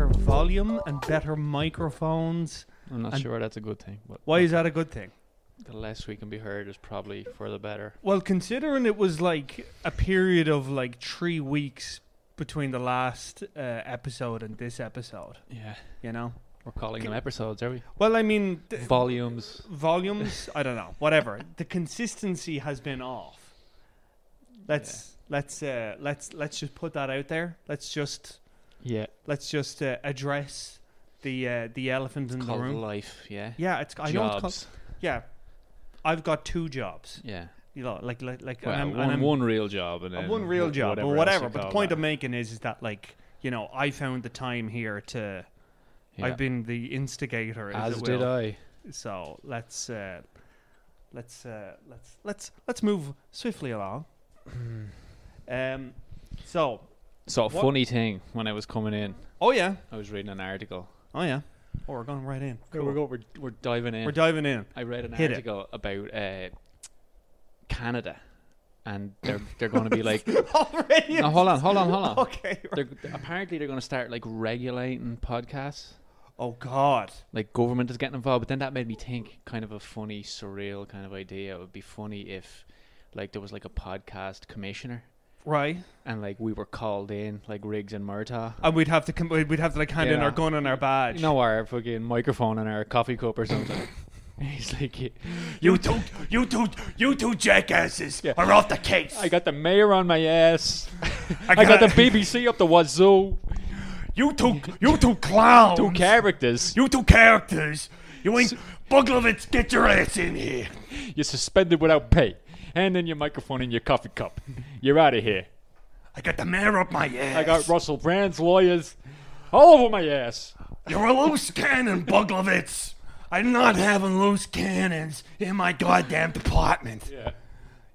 volume and better microphones. I'm not And- sure that's a good thing, but Why is that a good thing? the less we can be heard is probably for the better. Well, considering it was like a period of like three weeks between the last uh, episode and this episode, Yeah, you know. we're calling them episodes, are we? Well, I mean, th- Volumes. volumes. I don't know. Whatever. The consistency has been off. Let's let's uh, let's let's just put that out there. Let's just Yeah, let's just uh, address the uh, the elephant in the called room. life. Yeah, Yeah, it's I know it's called, jobs. yeah. I've got two jobs. yeah, You know, like like like Well, and I'm, and one, I'm- one real job and a then one real wh- job else or you whatever. But the call point that. I'm making is, is that like you know I found the time here to yeah. I've been the instigator as, As it did will. I. So let's uh, let's uh, let's let's let's move swiftly along. um, so So What- funny thing, when I was coming in, oh yeah, I was reading an article. oh yeah, oh we're going right in. We're, Cool. go- we're, we're diving in. We're diving in. I read an Hit it. article about uh, Canada, and they're they're going to be like, Already. no, hold on, hold on, hold on. Okay. They're, apparently, they're going to start like regulating podcasts. Oh God. like government is getting involved. But then that made me think, kind of a funny, surreal kind of idea. It would be funny if, like, there was like a podcast commissioner, Right. and like we were called in, like Riggs and Murtaugh. And we'd have to com- we'd have to like hand in Yeah. our gun and our badge. No, our fucking microphone and our coffee cup or something. He's like, You two, you two, you two jackasses Yeah. are off the case. I got the mayor on my ass. I got the BBC up the wazoo. you two, you two clowns. Two characters. You two characters. You ain't Buglovitz. Get your ass in here. You're suspended without pay. And then your microphone and your coffee cup. You're out of here. I got the mayor up my ass. I got Russell Brand's lawyers all over my ass. You're a loose cannon, Buglovitz. I'm not having loose cannons in my goddamn department. Yeah.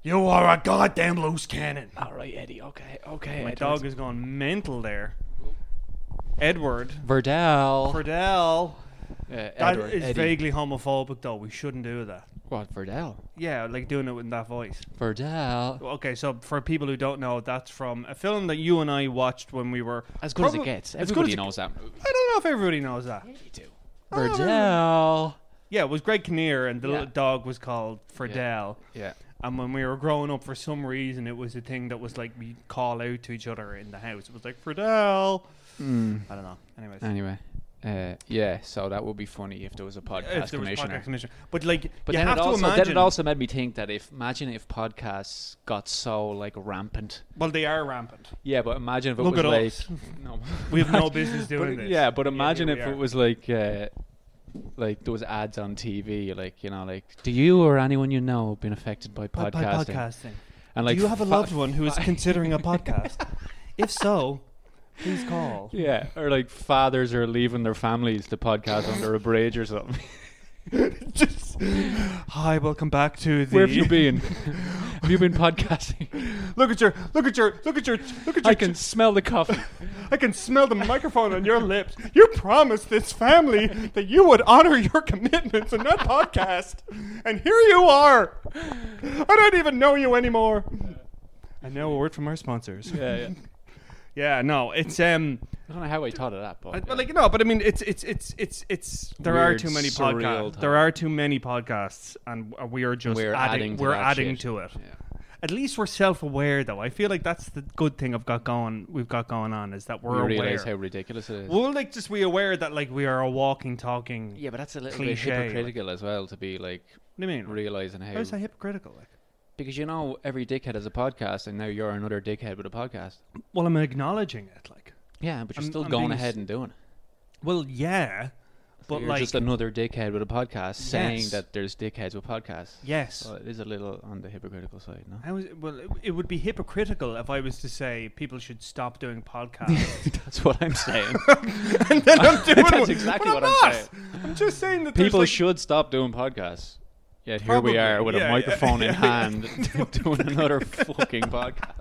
You are a goddamn loose cannon. All right, Eddie. Okay, okay. My dog is gone mental there. Edward. Verdell. Cordell. uh, That Edward, is Eddie. vaguely homophobic, though. We shouldn't do that. What Verdell? Yeah, like doing it in that voice. Verdell. Okay, so for people who don't know, that's from a film that you and I watched when we were As good as Probab- it gets. Oh. as good Everybody as it- knows that movie. I don't know if everybody knows that. You do. Verdell. Yeah, it was Greg Kinnear, and the Yeah. little dog was called Fredell. Yeah. And when we were growing up, for some reason, it was a thing that was like we call out to each other in the house. It was like Fredell. Hmm. I don't know. Anyways, Anyway. Uh, yeah. So that would be funny if there was a podcast if there was commissioner. podcast commissioner, but like but you then have it, also, to imagine. then it also made me think that if imagine if podcasts got so like rampant. well, they are rampant. Yeah, but imagine if it Look was at like us. no. We have no business But- doing this. Yeah, but imagine here if we are. it was like uh, like those ads on TV, like you know, like do you or anyone you know been affected by By- podcasting? by podcasting. And like Do you have a fa- loved one who is fa- considering a podcast? if so, please call. Yeah, or like fathers are leaving their families to podcast under a bridge or something. Just- hi, welcome back to the. Where have you been? have you been podcasting? Look at your, look at your, look at your, look at your. I can smell the coffee. I can smell the microphone on your lips. You promised this family that you would honor your commitments in that podcast, and here you are. I don't even know you anymore. And now a word from our sponsors. Yeah, yeah. Yeah, no, it's um. I don't know how I thought of that, but, I, yeah. but like no, but I mean, it's it's it's it's it's there are Weird, too many surreal podcasts. There time. are too many podcasts, and w- we are just We're adding, adding to we're that adding shit. to it. Yeah. At least we're self-aware, though. I feel like that's the good thing I've got going. We've got going on is that we we're aware. realize how ridiculous it is. we're like just we aware that like we are a walking, talking. yeah, but that's a little Cliche, bit like- hypocritical as well to be like What do you mean? realizing how How is that hypocritical? Like, because you know every dickhead has a podcast, and now you're another dickhead with a podcast. well, I'm acknowledging it. Like, Yeah, but you're I'm- still I'm going being ahead s- and doing it. well, yeah, but you're like, just another dickhead with a podcast saying Yes. that there's dickheads with podcasts. yes. So it is a little on the hypocritical side, no? How is it, well, it- it would be hypocritical if I was to say people should stop doing podcasts. That's what I'm saying. and then I'm doing That's one. exactly But what I'm saying. I'm just saying that People there's, like, should stop doing podcasts. Yet here Probably, we are with yeah, yeah, a microphone in yeah. hand doing another fucking podcast.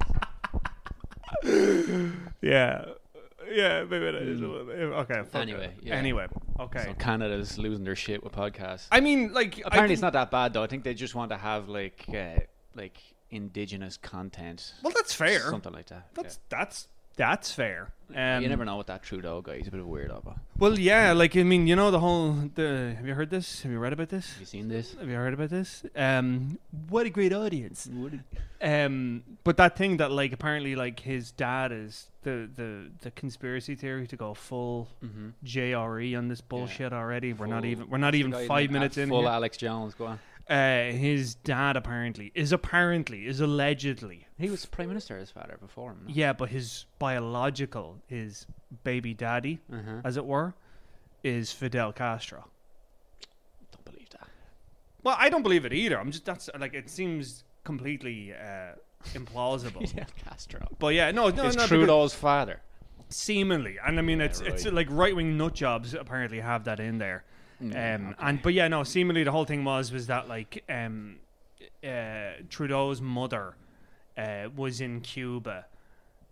yeah, yeah, maybe that is a little bit. Okay, fuck Mm. Anyway, it. yeah. anyway, okay. So Canada's losing their shit with podcasts. I mean, like, I Apparently, it's think- not that bad though. I think they just want to have like uh, like indigenous content, Well, that's fair. something like that. That's that's That's fair. Um, you never know with that Trudeau guy. He's a bit of a weirdo. But have Well, yeah, like I mean, you know the whole. The, have you heard this? Have you read about this? you seen this? Have you heard about this? Um, what a great audience! Um, but that thing that like apparently like his dad is the the the conspiracy theory to go full Mm-hmm. JRE on this bullshit already. We're not Full- even we're not even five minutes in. Full here. Alex Jones. Go on. Uh, his dad apparently is apparently is allegedly He was prime minister. His father before him. yeah, but his biological his baby daddy, No? Uh-huh. as it were, is Fidel Castro. don't believe that. Well, I don't believe it either. I'm just that's like it seems completely uh, implausible. Fidel Castro. But yeah, no, no, It's no, because- Trudeau's father. seemingly, and I mean, it's Yeah, it's right. like right wing nut jobs apparently have that in there. um, And but yeah, no, seemingly the whole thing was was that like um, uh, Trudeau's mother uh, was in Cuba.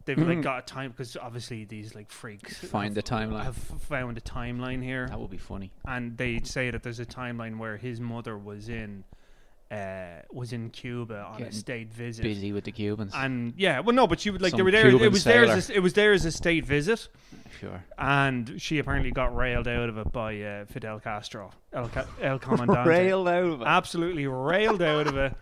They've like Mm. got a time because obviously these like freaks Find the timeline. have found a timeline here That would be funny. and they say that there's a timeline where his mother was in uh was in Cuba on a Getting state visit. Busy with the Cubans. And yeah, well no, but she would like they Some were there Cuban it was there as sailor. a, it was there as a state visit sure. and she apparently got railed out of it by uh, Fidel Castro. El, Ca- El Comandante. Railed over. Absolutely railed out of it.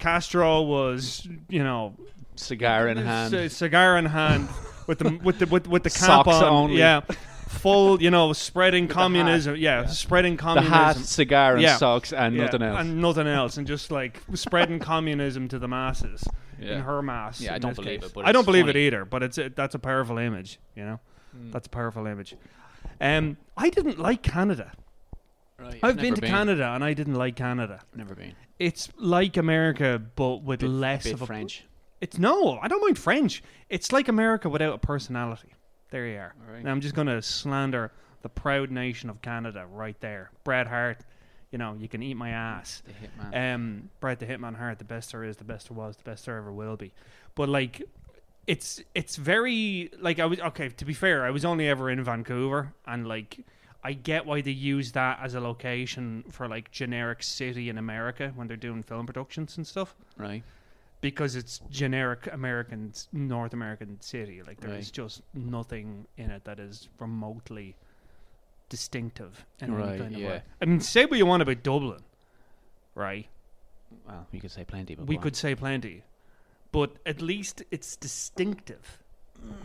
Castro was, you know, Cigar in hand. c- cigar in hand with the with the with, with the cap Socks on, only. yeah, full, you know, spreading hat. communism, yeah, spreading the communism, hat, cigar, and Yeah. socks, and Yeah, nothing else. and nothing else, and just like spreading communism to the masses Yeah. in her mass. Yeah, I in don't this believe case. it, but I don't it's believe it funny. Hmm. either. But it's a, that's a powerful image, you know. That's a powerful image. Um, I didn't like Canada. Right, I've never been to Canada and I didn't like Canada. Never been. It's like America, but with Bit- less bit of a French. It's no, I don't mind French. It's like America without a personality. There you are. All right. Now I'm just gonna slander the proud nation of Canada right there. Bret Hart, you know, you can eat my ass. The hitman. Um, Bret the Hitman Hart, the best there is, the best there was, the best there ever will be. But like, it's it's very like I was okay. To be fair, I was only ever in Vancouver, and like I get why they use that as a location for like generic city in America when they're doing film productions and stuff right. because it's generic American s- North American city. Like there is Right. just nothing in it that is remotely distinctive in any Right, kind of yeah. way. I mean, say what you want about Dublin, right? Well, you could say plenty, but we go on. could say plenty, but at least it's distinctive.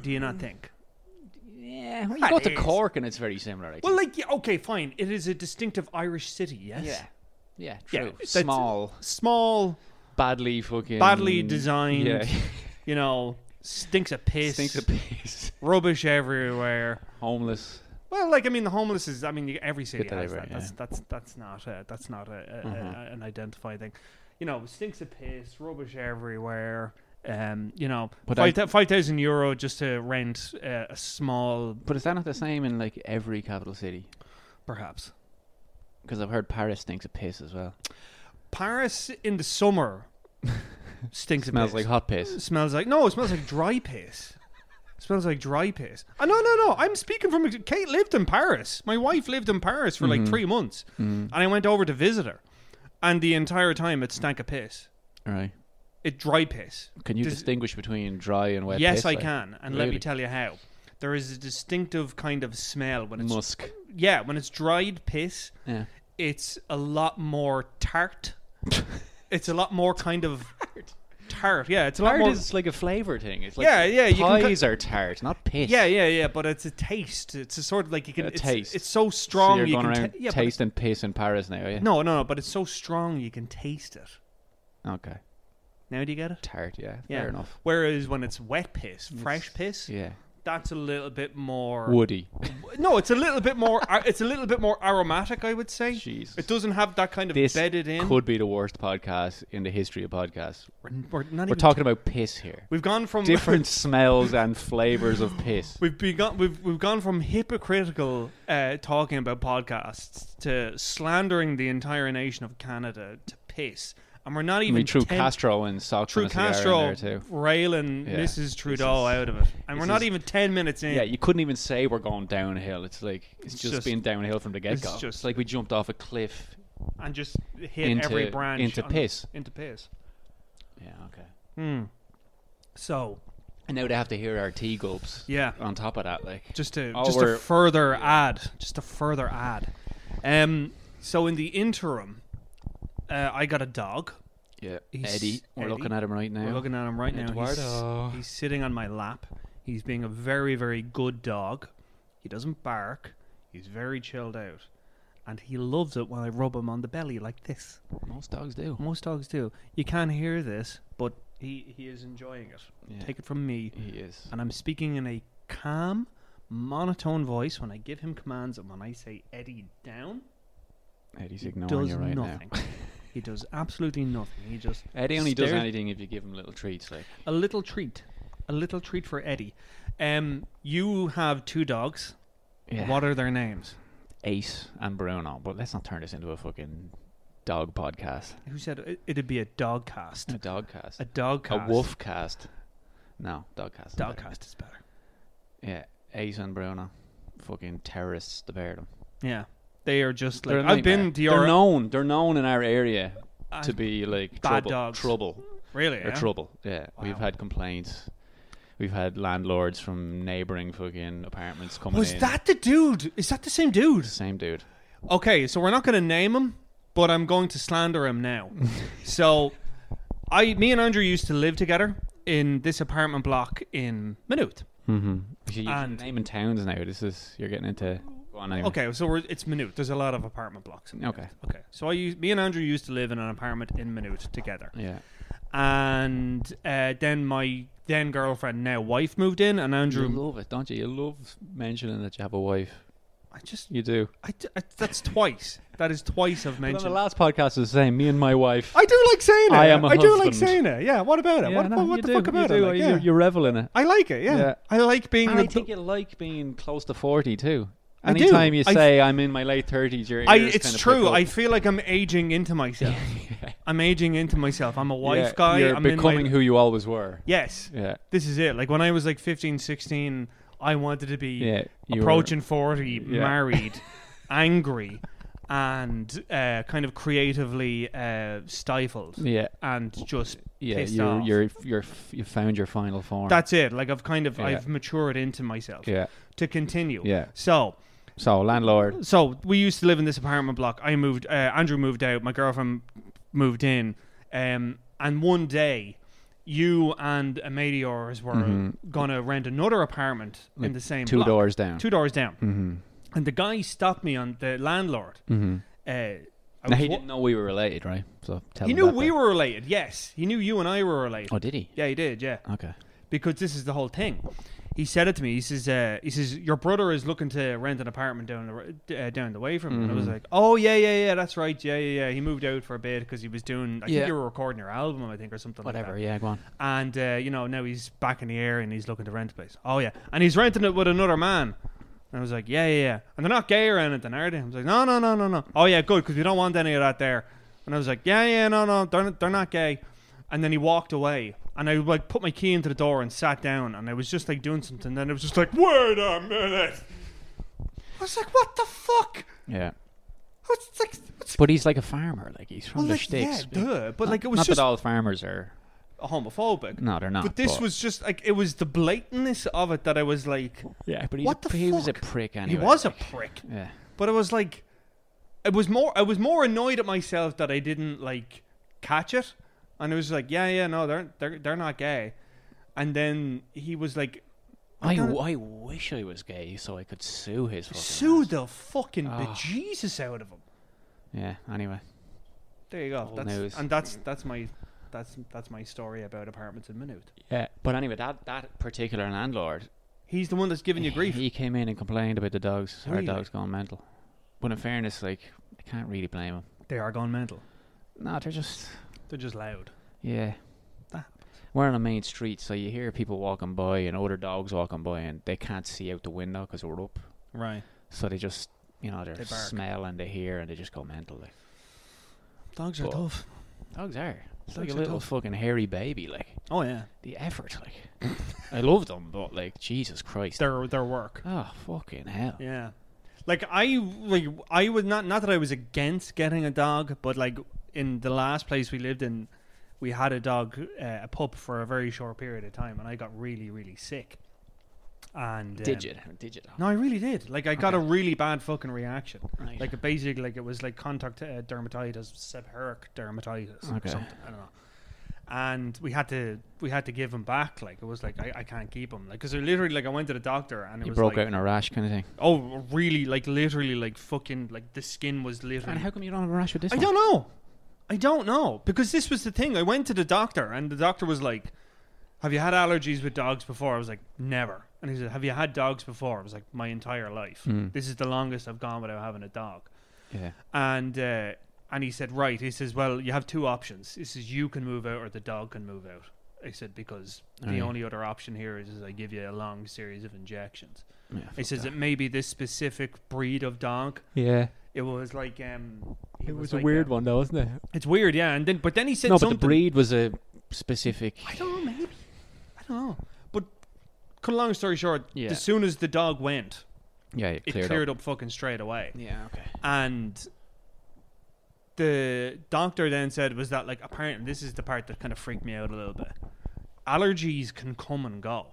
Do you Mm. not think? Yeah, That well, you go to is- Cork and it's very similar. I Well, like think. yeah, okay, fine. It is a distinctive Irish city. Yes. yeah, yeah, Yeah, true. that's- Small, Small, badly fucking badly designed. Yeah, You know, stinks of piss. stinks of piss. rubbish everywhere. Homeless. Well, like I mean, the homeless is. I mean, you- every city that has everywhere, Mm-hmm. that. That's, that's that's not a, that's not a, a, a, an identified thing. You know, stinks of piss, rubbish everywhere. Um, you know, But five I- thou- five thousand euro just to rent uh, a small, But is that not the same in like every capital city? perhaps Because I've heard Paris stinks of piss as well. Paris in the summer. stinks of smells piss. like hot piss. smells like no, it smells like dry piss. It smells like dry piss. Uh, no, no, no. I'm speaking from ex- Kate lived in Paris. My wife lived in Paris for Mm-hmm. like three months, Mm. and I went over to visit her, and the entire time it stank of piss. All right. It dry piss. Can you Does- distinguish between dry and wet? yes, piss? I Like, can, and let me really? tell you how. There is a distinctive kind of smell when it's Musk. yeah when it's dried piss. Yeah. It's a lot more tart. it's a lot more kind of tart. Yeah, it's a lot Tart more. is like a flavor thing. It's like Yeah, yeah, you can Pies are tart, not piss. Yeah, yeah, yeah. But it's a taste. It's a sort of like you can A it's, taste. It's so So strong you're you going can around ta- yeah, but tasting piss in Paris now, are you? it- no, no, no. But it's so strong you can taste it. Okay. Now do you get it? Tart. Yeah. Yeah. Fair enough. Whereas when it's wet piss, fresh piss, Yeah. that's a little bit more. Woody. No, it's a little bit more. ar- it's a little bit more aromatic. I would say Jesus. it doesn't have that kind of This bedded in. could be the worst podcast in the history of podcasts. we're, we're not We're even. talking about piss here. we've gone from Different smells and flavors of piss. We've begun. We've we've gone from hypocritical uh, talking about podcasts to slandering the entire nation of Canada to piss, and we're not I even mean, True ten- Castro and socks True and a cigar in Castro there too. railing Yeah. Mrs. Trudeau is- out of it, and we're this not is- even ten minutes in. Yeah, you couldn't even say we're going downhill. It's like it's, It's just, just- been downhill from the get go. it's It's, just- like we jumped off a cliff. and just hit Into- every branch into on- piss. into piss. Yeah, okay. Hmm. So, And now they have to hear our tea gulps. Yeah. On top of that, like just to Oh, just we're- a further ad, just a further ad. Um, so in the interim, uh, I got a dog. yeah, He's- Eddie. We're Eddie. looking at him right now. We're looking at him right now. Eduardo. He's, he's sitting on my lap. He's being a very, very good dog. He doesn't bark. He's very chilled out. And he loves it when I rub him on the belly like this. Most dogs do. Most dogs do. You can't hear this, but he, he is enjoying it. Yeah. Take it from me. He is. And I'm speaking in a calm, monotone voice when I give him commands and when I say Eddie down. Eddie's he ignoring does you right nothing. now. he does absolutely nothing. He just Eddie only does stares- anything if you give him little treats, like a little treat, a little treat for Eddie. Um, you have two dogs. What are their names? Ace and Bruno. But let's not turn this into a fucking dog podcast. Who said it- it'd be a dog cast? A dog cast. A dog A cast. wolf cast. No, dog cast. is Dog better. cast is better. Yeah, Ace and Bruno. Fucking terrorists, the pair of them. Yeah, they are just like They're a I've been to nightmare. They're your known. They're known in our area I- to be like bad trouble. dogs. Trouble. really Or yeah? trouble. Yeah, we've Wow. had complaints. We've had landlords from neighboring fucking apartments coming Was in. that the dude? Is that the same dude? same dude? Okay, so we're not going to name him, but I'm going to slander him now. so, I, me and Andrew used to live together in this apartment block in Maynooth. Mm-hmm. You're And- naming towns now. This is you're getting into. Go on anyway. Okay, so we're, it's Maynooth. There's a lot of apartment blocks. in Maynooth. Okay. Okay, so I used, me and Andrew used to live in an apartment in Maynooth together, Yeah. and uh, then my then girlfriend, now wife, moved in, and You Andrew. love it, don't you? You love mentioning that you have a wife. I just, You do. I, I- that's twice. That is twice I've Mention. the mentioned. last podcast was the same. Me and my wife. I do like saying it. I am a I do like husband. saying it. Yeah. What about it? what no, what, what you the do, fuck about you it? do, Like, you, yeah. you revel in it. I like it. Yeah. Yeah. I like being. And I the- think you like being close to forty too. I do. Anytime you I- say I'm in my late thirties, you're. I, it's true. I feel like I'm aging into myself. I'm aging into myself. I'm a wife yeah, guy. You're I'm in my- becoming who you always were. Yes, Yeah. this is it. Like when I was like 15, 16, I wanted to be Yeah. you were- approaching 40, Yeah. married, angry, and uh, kind of creatively uh, stifled Yeah. and just Yeah. pissed You're, off. you're. You're. You found your final form. That's it. Like I've kind of Yeah. I've matured into myself Yeah. to continue. Yeah. So So landlord. so we used to live in this apartment block. I moved. Uh, Andrew moved out. My girlfriend moved in. Um, and one day, you and a meteors were gonna rent another apartment in Mm-hmm. Like the same Two block, doors down. two doors down. Mm-hmm. And the guy stopped me on the landlord. Mm-hmm. Uh, I Now, was he wa- didn't know we were related, right? So tell he him knew that we bit. were related. Yes, he knew you and I were related. Oh, did he? Yeah, he did. Yeah, Okay. because this is the whole thing. He said it to me. He says, uh, "He says your brother is looking to rent an apartment down the ro- d- uh, down the way from." you And I was Mhm. like, "Oh yeah, yeah, yeah, that's right. Yeah, yeah, yeah." He moved out for a bit because he was doing. I Yeah. think you were recording your album, I think, or something. Whatever. Like Yeah. Go on. that. And uh, you know now he's back in the air and he's looking to rent a place. Oh yeah, and he's renting it with another man. And I was like, "Yeah, yeah, yeah." And they're not gay or anything, are they? I was like, "No, no, no, no, no." Oh yeah, good because we don't want any of that there. And I was like, "Yeah, yeah, no, no, they're they're not gay." and then he walked away and i like put my key into the door and sat down and i was just like doing something then it was just like wait a minute i was like what the fuck Yeah. I was like, what's But he's like a farmer. Like he's from well, the like, yeah, sticks. duh. but like it was not just that all farmers are. homophobic No, they're not. but this was just like it was the blatantness of it that i was like Yeah, but he's What a, the he was a fuck? prick anyway. he was a prick Yeah. but it was like it was more i was more annoyed at myself that i didn't like catch it and it was like yeah yeah no they're they're, they're not gay and then he was like I, don't- w- I wish I was gay so I could sue his fucking Sue ass. the fucking Oh. bejesus out of him. Yeah. Anyway. There you go. Old That's, news. And that's that's my that's that's my story about apartments in Minute. Yeah. But anyway, that that particular landlord, He's the one that's giving you grief. he came in and complained about the dogs. Really? Our dogs gone mental. But in fairness, like I can't really blame him. They are gone mental. No, they're just They're just loud. yeah. That We're on a main street, so you hear people walking by and other dogs walking by, and they can't see out the window because we're up. Right. So they just, you know, they're They bark. smell and they hear and they just go mental. Like, Dogs are But- tough. dogs are. It's like Dogs a are little tough. fucking hairy baby. Like Oh yeah. the effort. Like I love them, but like Jesus Christ. Their their work. oh fucking hell. Yeah. Like I like I would not not that I was against getting a dog, but like in the last place we lived in, we had a dog, uh, a pup, for a very short period of time, and I got really, really sick. And um, Digit. Digit. No, I really did. Like, I got a Okay. really bad fucking reaction. Right. Like, basically, like it was like contact uh, dermatitis, seborrheic dermatitis, Okay. or something. I don't know. And we had to we had to give him back. Like, it was like I, I can't keep him. Like, because literally, like I went to the doctor and it you was broke like, out in a rash kind of thing. Oh, really? Like literally, like fucking, like the skin was literally. And how come you don't have a rash with this I one? don't know. I don't know because this was the thing. I went to the doctor, and the doctor was like, "Have you had allergies with dogs before?" I was like, "Never." And he said, "Have you had dogs before?" I was like, "My entire life. Mm. This is the longest I've gone without having a dog." Yeah. And uh, and he said, "Right." He says, "Well, you have two options. He says you can move out, or the dog can move out." I said, "Because the Aye. only other option here is, is I give you a long series of injections." Yeah. He says it may be this specific breed of dog. yeah. It was like um, he It was a like, weird um, one though, wasn't it? It's weird, yeah. And then, but then he said No, but the something. breed was a specific. I don't know, maybe. I don't know. But cut a long story short, Yeah. as soon as the dog went, Yeah, it it cleared, cleared up. up. fucking straight away. Yeah. Okay. And the doctor then said was that like apparently this is the part that kind of freaked me out a little bit. Allergies can come and go.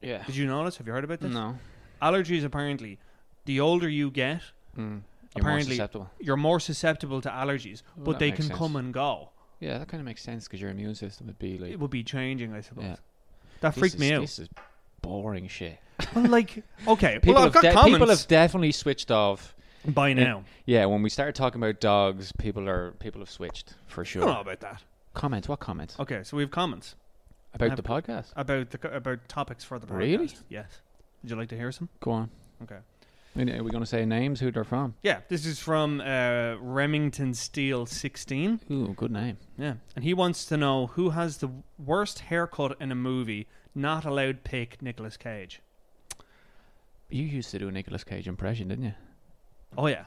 Yeah. Did you notice? Have you heard about this? No. Allergies apparently, the older you get, Mm. You're more Apparently- susceptible. you're more susceptible to allergies, Well, but that they makes can sense. come and go. Yeah, that kind of makes sense because your immune system would be like. It would be changing, I suppose. Yeah. That "This freaked is- me out. This is boring shit. Well, like, okay, People, well, I've have got de- comments people have definitely switched off. by now. Yeah, when we started talking about dogs, people are people have switched for I sure. don't know about that. Comment. What comment? Okay, so we have comments About I've the podcast? about the co- about topics for the podcast. Really? Yes. Would you like to hear some? Go on. Okay. I mean, Are we going to say names? Who they're from? Yeah, this is from uh, Remington Steel 16. Ooh, good name. Yeah, and he wants to know who has the worst haircut in a movie. Not allowed pick Nicolas Cage. You used to do a Nicolas Cage impression, didn't you? Oh yeah,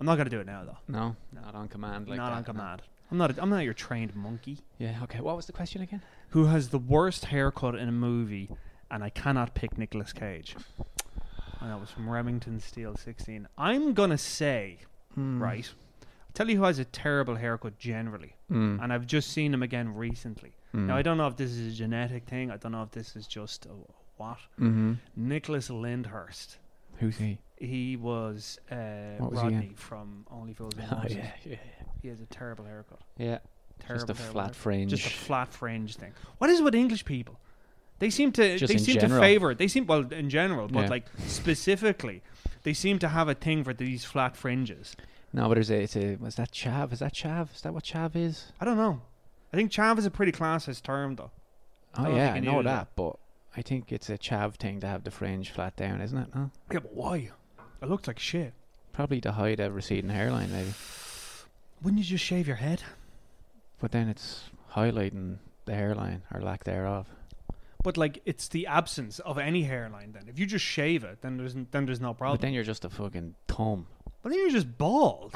I'm not gonna do it now though. No, No. not on command. Like not that, on no. command. I'm not. A, I'm not your trained monkey. Yeah. Okay. What was the question again? who has the worst haircut in a movie, and I cannot pick Nicolas Cage. And that was from Remington Steel 16. I'm gonna say, right, I'll tell you who has a terrible haircut generally, Mm. and I've just seen him again recently. Now I don't know if this is a genetic thing. I don't know if this is just a what. Mm-hmm. Nicholas Lyndhurst. Who's he? He was, uh, What was he in? Oh, Rodney from Only Fools and Horses. yeah. He has a terrible haircut. Yeah. Terrible, just a terrible flat haircut. fringe. just a flat fringe thing. What is it with English people? They seem to Just they in seem general. to favor they seem well in general, but Yeah. like specifically, they seem to have a thing for these flat fringes. no, but is it? It's a, was that chav? Is that chav? Is that what chav is? I don't know. I think chav is a pretty classist term though. I Oh don't yeah, think I I know knew that, that. but I think it's a chav thing to have the fringe flat down, isn't it? No? Yeah, but why? It looks like shit. Probably to hide a receding hairline, maybe. Wouldn't you just shave your head? But then it's highlighting the hairline or lack thereof. But like, it's the absence of any hairline. Then, if you just shave it, then there's then there's no problem. But then you're just a fucking thumb. But then you're just bald.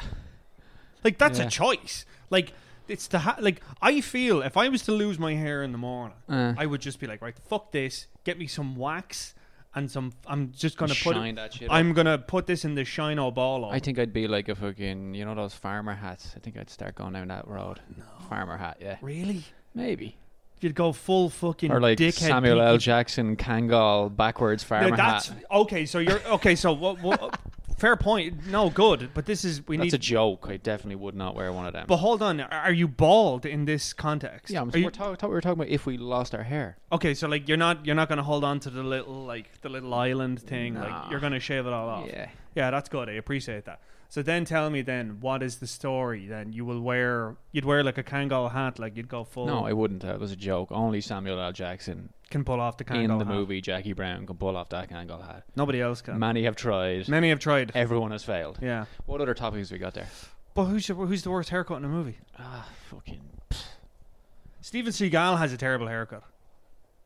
Like that's Yeah. a choice. Like it's the ha- like I feel if I was to lose my hair in the morning, Uh, I would just be like, right, fuck this. Get me some wax and some. I'm just gonna put. It, that shit. I'm gonna put this in the shino ball. I think I'd be like a fucking, you know, those farmer hats. I think I'd start going down that road. Farmer hat, yeah, really. maybe. You'd go full fucking Or like dickhead Samuel L. Pete- Jackson, Kangol, backwards farmer No, that's hat. okay. So you're okay. So what? what fair point. No good. But this is we That's need. a joke. I definitely would not wear one of them. but hold on. Are are you bald in this context? yeah, I'm, Are you- we're talk, we were talking about if we lost our hair. Okay, so like you're not you're not gonna hold on to the little like the little island thing. Nah. Like you're gonna shave it all off. Yeah. Yeah, that's good. I appreciate that. So then tell me then what is the story? Then you will wear you'd wear like a Kangol hat, like you'd go full. No, I wouldn't. That was a joke. Only Samuel L. Jackson can pull off the Kangol in the hat. movie Jackie Brown can pull off that Kangol hat. Nobody else can. Many have tried. Many have tried. Everyone has failed. yeah, What other topics we got there? but who's the, who's the worst haircut in a movie? Ah, fucking. Steven Seagal has a terrible haircut.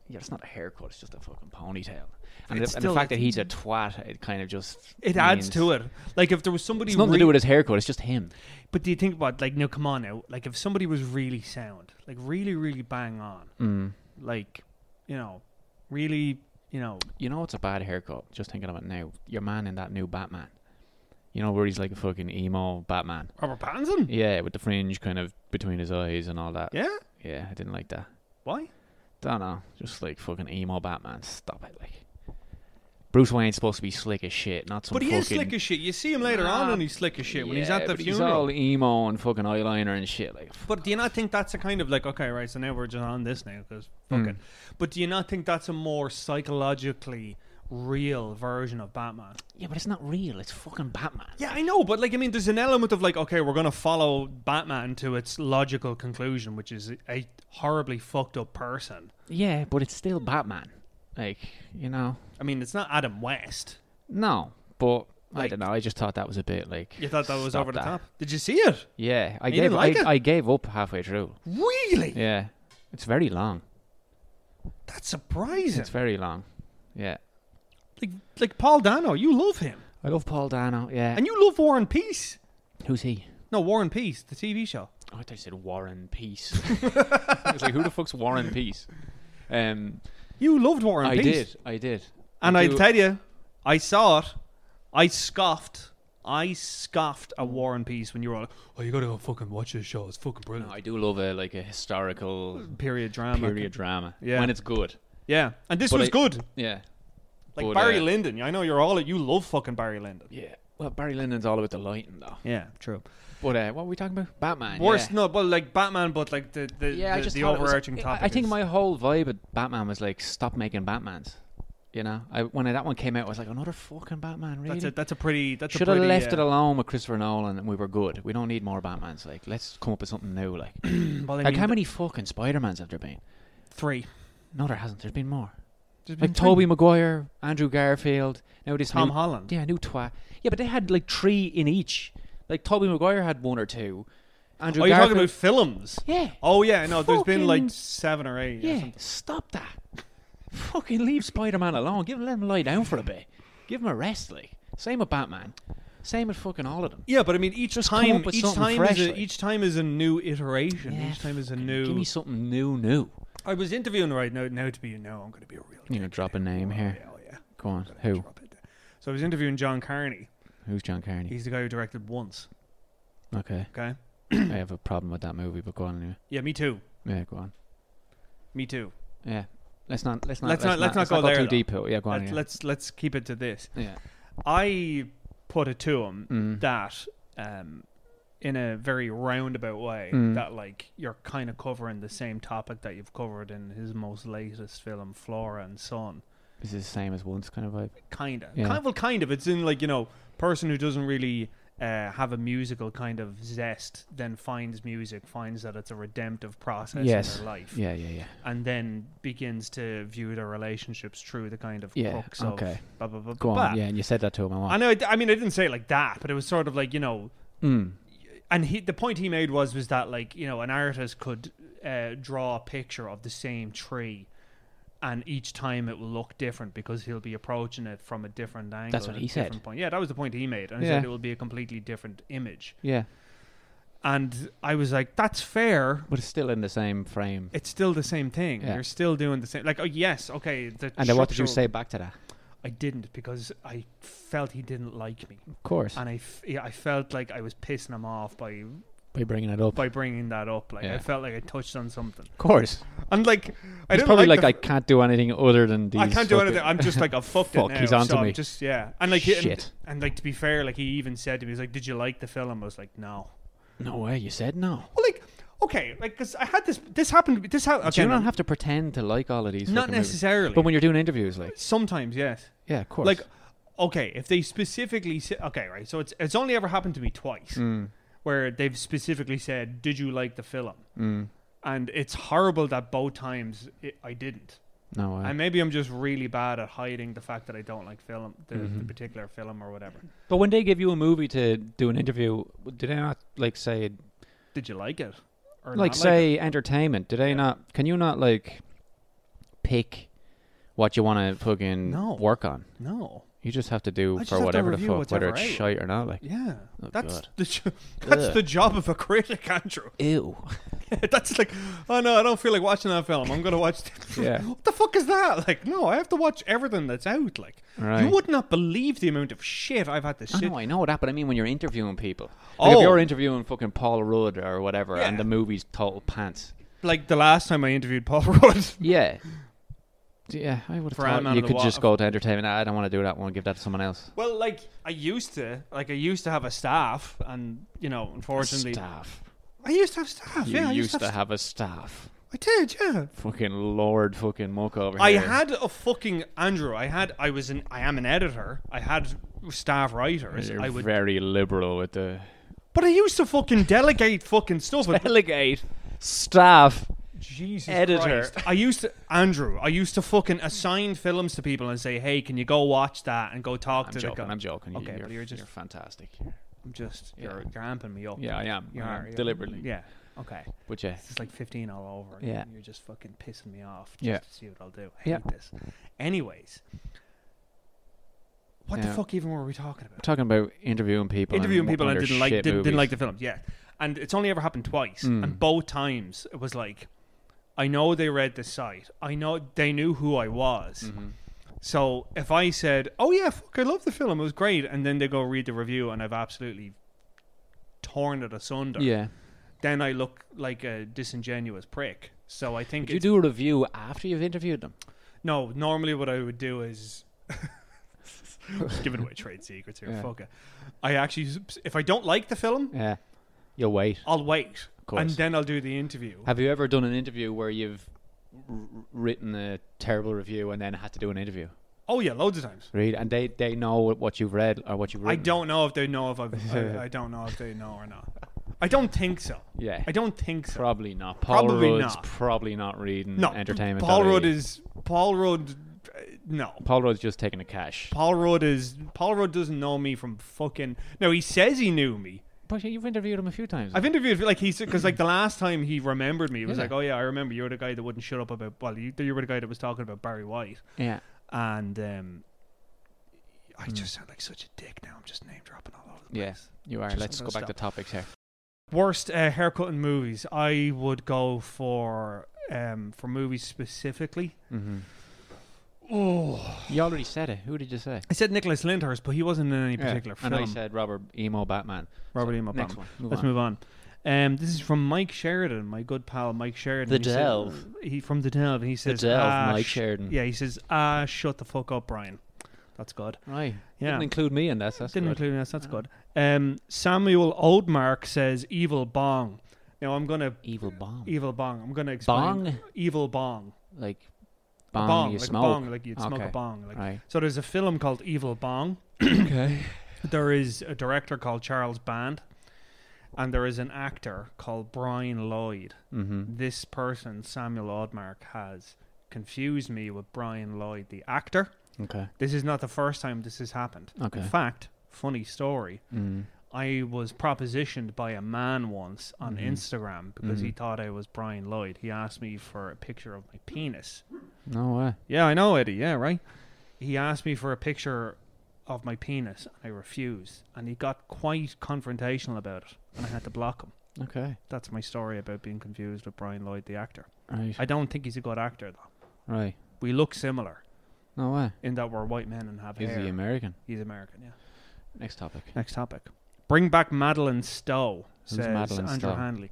Yeah, it's not a haircut. It's just a fucking ponytail. And, It's the, and the still- fact that he's a twat, it kind of just It adds means- to it. Like if there was somebody, It's nothing to re- do with his haircut. It's just him. But do you think about like no, come on now. Like if somebody was really sound, like really really bang on, Mm. like you know, really you know, You know, it's a bad haircut. Just thinking about it now. Your man in that new Batman. You know where he's like a fucking emo Batman. Robert Pattinson? Yeah, with the fringe kind of between his eyes and all that. Yeah. Yeah, I didn't like that. Why? Don't know. Just like fucking emo Batman. Stop it. Like Bruce Wayne's supposed to be slick as shit, not some But he fucking. is slick as shit. You see him later on Nah. and he's slick as shit when he's at Yeah, the but funeral. He's all emo and fucking eyeliner and shit. Like, f- But do you not think that's a kind of like okay, right? So now we're just on this now because fuck it. But do you not think that's a more psychologically real version of Batman? yeah, but it's not real. It's fucking Batman. Yeah, I know, but like I mean, there's an element of like okay, we're gonna follow Batman to its logical conclusion, which is a horribly fucked up person. Yeah, but it's still Batman. Like, you know, I mean, it's not Adam West. no. But I Like- don't know. I just thought that was a bit like. You thought that was stop over the that. top? Did you see it? Yeah, I You gave didn't like I, it? I gave up halfway through. Really? Yeah, it's very long. That's surprising. It's very long. Yeah, Like, like Paul Dano, you love him, I love Paul Dano. Yeah, and you love War and Peace. who's he? No, War and Peace, the TV show. Oh, I thought you said Warren Peace. it's like who the fuck's Warren Peace? Um, You loved War and I Peace. did, I did, And I I do- tell you, I saw it. I scoffed. I scoffed at War and Peace when you were all like, "Oh, you gotta go fucking watch this show. It's fucking No, brilliant." I do love a like a historical period drama. period drama. Yeah. when it's good. Yeah, and this But was I- good. Yeah, Like but, Barry uh, Lyndon. I know you're all you love fucking Barry Lyndon. yeah. Well, Barry Lyndon's all about the lighting though. Yeah, true. But uh, what were we talking about? Batman. Worse, yeah. no, but like Batman, but like the the, yeah, I the, just the thought it was- overarching I- topic. I think is- my whole vibe at Batman was like, stop making Batmans. You know, I, when that one came out, I was like, another fucking Batman. Really? that's a that's a pretty that's Should a have pretty, left uh, it alone with Christopher Nolan, and we were good. We don't need more Batmans. Like, let's come up with something new. Like, Well, I like mean, how many fucking Spider Mans have there been? Three. No, there hasn't. There's been more. There's been Like three. Tobey Maguire, Andrew Garfield. Now this Tom new, Holland. Yeah, new twat. Yeah, but they had like three in each. Like Tobey Maguire had one or two. Andrew Are you Garfield. Oh, talking about films? yeah. Oh yeah, no, there's been Fucking- like seven or eight. or Yeah, something. stop that. Fucking leave Spider Man alone. Give let him lie down for a bit. Give him a rest, like. Same with Batman. Same with fucking all of them. Yeah, but I mean, each Just come time, up with each something time, fresh, is a, like. each time is a new iteration. Yeah, each time is a fucking new. Give me something new, new. I was interviewing right now. Now to be you know, I'm going to be a real. You know, drop a name here. Oh yeah, Go on. I'm Who? gonna drop it. So I was interviewing John Carney. Who's John Carney? He's the guy who directed Once. Okay, Okay. I have a problem with that movie, but go on anyway. Yeah, me too. Yeah, go on. Me too. Yeah, let's not. Let's not. Let's not- let's not go there, too though. deep. here. Yeah, go on. Let, yeah. Let's let's keep it to this. yeah. I put it to him Mm. that, um, in a very roundabout way, Mm. that like you're kind of covering the same topic that you've covered in his most latest film, Flora and Son. This is the same as once kind of vibe. kind of Yeah. kind of well, kind of it's in like you know person who doesn't really uh, have a musical kind of zest then finds music finds that it's a redemptive process in Yes. their life Yeah, yeah, yeah. and then begins to view their relationships through the kind of Yeah, crux okay. of blah, blah, blah, Go blah. on. Yeah, and you said that to him. I I want. know I mean I didn't say it like that but it was sort of like you know Mm. and he, the point he made was was that like you know an artist could uh, draw a picture of the same tree and each time it will look different because he'll be approaching it from a different angle That's what and a he said. different point. yeah that was the point he made and he said Yeah. it will be a completely different image Yeah, and i was like that's fair but it's still in the same frame. it's still the same thing Yeah. you're still doing the same like oh yes okay the And then what did you structural- say back to that? i didn't because i felt he didn't like me Of course, and i, f- yeah, I felt like i was pissing him off by by bringing it up. by bringing that up like i Yeah. felt like i touched on something Of course. And like, I It's didn't probably like, the I can't do anything other than these. I can't do fucking- anything. I'm just like a fucked Fuck, it now. he's onto so I'm me. Just yeah, and like he- and- Shit. And, like to be fair, like he even said to me, he's like, "Did you like the film?" I was like, "No." No way. You said no. Well, like okay, like because I had this. This happened. to me- This happened. do you not have to pretend to like all of these? Not fucking movies? necessarily. But when you're doing interviews, like, sometimes yes. yeah, of course. Like okay, if they specifically say okay, right? So it's it's only ever happened to me twice Mm, where they've specifically said, "Did you like the film?" mm, And it's horrible that both times it, I didn't. no way. And maybe I'm just really bad at hiding the fact that I don't like film, the, the Mm-hmm. Mhm. particular film or whatever. but when they give you a movie to do an interview, do they not like say, Did you like it? Or like not it? say entertainment? Do they Yeah. not? Can you not like pick what you want to fucking No. work on? no. You just have to I do just for have to whatever the review fuck, what's whether ever it's out. shit or not. Like, Yeah, Oh, that's God. the jo- that's Ugh. the job of a critic, Andrew. ew. That's like, oh no, I don't feel like watching that film. I'm gonna watch. Yeah. what the fuck is that? Like, no, I have to watch everything that's out. Like, you Right. would not believe the amount of shit I've had to I shit. know, I know that, but I mean when you're interviewing people. Like Oh. If you're interviewing fucking Paul Rudd or whatever, and Yeah. the movie's total pants. Like the last time I interviewed Paul Rudd. Yeah. Yeah, I would For have Ant-Man thought you and the could just Wasp. go to entertainment. "Ah, I don't want to do that one. Give that to someone else. Well, like I used to, like I used to have a staff, and you know, unfortunately, Staff. I used to have staff. You yeah, I used to have. have a staff. I did. Yeah. Fucking Lord fucking muck over I here. had a fucking Andrew. I had, I was an, I am an editor. I had staff writers. You're I would, very liberal with the but I used to fucking delegate fucking stuff. and- delegate staff. Jesus Editor. Christ. I used to Andrew. I used to fucking assign films to people and say, "Hey, can you go watch that and go talk I'm to the joking. guy?" I'm joking. Okay, Okay, you're, but you're just- you're fantastic. I'm just Yeah. you're, you're amping me up. Yeah, I am. you I are am, you're- deliberately. Yeah. Okay. But yeah, It's like 15 all over. Yeah. Yeah. You're just fucking pissing me off just Yeah. to see what I'll do. I hate Yeah. this. Anyways, what Yeah. the fuck even were we talking we're about? talking about interviewing people. Interviewing and people what and their didn't like shit didn't, didn't like movies. the film. Yeah. And it's only ever happened twice. Mm. And both times it was like, I know they read the site. I know they knew who I was. Mm-hmm. So if I said, "Oh yeah, fuck, I love the film. It was great," and then they go read the review, and I've absolutely torn it asunder, Yeah. then I look like a disingenuous prick. So I think Did you it's- do a review after you've interviewed them? no. Normally, what I would do is giving away trade secrets here. Yeah. Fuck it. I actually, if I don't like the film, Yeah. You'll wait. I'll wait, Of course. and then I'll do the interview. Have you ever done an interview where you've r- written a terrible review and then had to do an interview? Oh yeah, loads of times. Read and they they know what you've read or what you've I written. don't know if they know if I've, I, I don't know if they know or not. I don't think so. Yeah. I don't think so. Probably not. Paul Probably Rudd's not. probably not reading No, entertainment. Paul dot Rudd ie. is Paul Rudd. uh, No, Paul Rudd's just taking a cash. Paul Rudd is Paul Rudd doesn't know me from fucking. No, he says he knew me. But you've interviewed him a few times. I've interviewed like he's because like the last time he remembered me, he was Yeah. like, "Oh yeah, I remember you were the guy that wouldn't shut up about well, you, you were the guy that was talking about Barry White." yeah. And um, I Hmm. just sound like such a dick now. I'm just name dropping all over the place. Yeah. You are. Just Let's I'm go gonna back to topics here. Worst uh, haircut in movies. I would go for um for movies specifically. hmm Oh, You already said it. Who did you say? I said Nicholas Lyndhurst, but he wasn't in any particular and film. I said Robert Emo Batman. Robert E. Mopam. Next one. Move Let's on. move on. Um, this is from Mike Sheridan, my good pal Mike Sheridan. The He said- Delve. He from the Delve. He says Delve, "Ah, Mike sh- Sheridan." Yeah, he says, "Ah, shut the fuck up, Brian." That's good. Right. Yeah. Didn't include me in that. That's Didn't good. include us. That's good. Um, Samuel Oldmark says, "Evil Bong." Now I'm gonna Evil bomb. evil bong. I'm gonna explain Bong? evil bong. Like A bong, you like smoke. a bong, like you'd smoke a Okay. bong. Like. Right. So there's a film called Evil Bong. okay. There is a director called Charles Band, and there is an actor called Brian Lloyd. Mm-hmm. This person, Samuel Oddmark, has confused me with Brian Lloyd, the actor. Okay. This is not the first time this has happened. Okay. In fact, funny story. Mm. I was propositioned by a man once on Mhm. Instagram because he Mhm. thought I was Brian Lloyd. He asked me for a picture of my penis. No way. Yeah, I know, Eddie. Yeah, right. He asked me for a picture of my penis, and I refused. And he got quite confrontational about it, and I had to block him. Okay. That's my story about being confused with Brian Lloyd, the actor. Right. I don't think he's a good actor, though. Right. We look similar No way. in that we're white men and have He's hair. the American. he's American, yeah. Next topic. Next topic. Bring back Madeline Stowe, Who's says Madeline Andrew Stowe? Handley.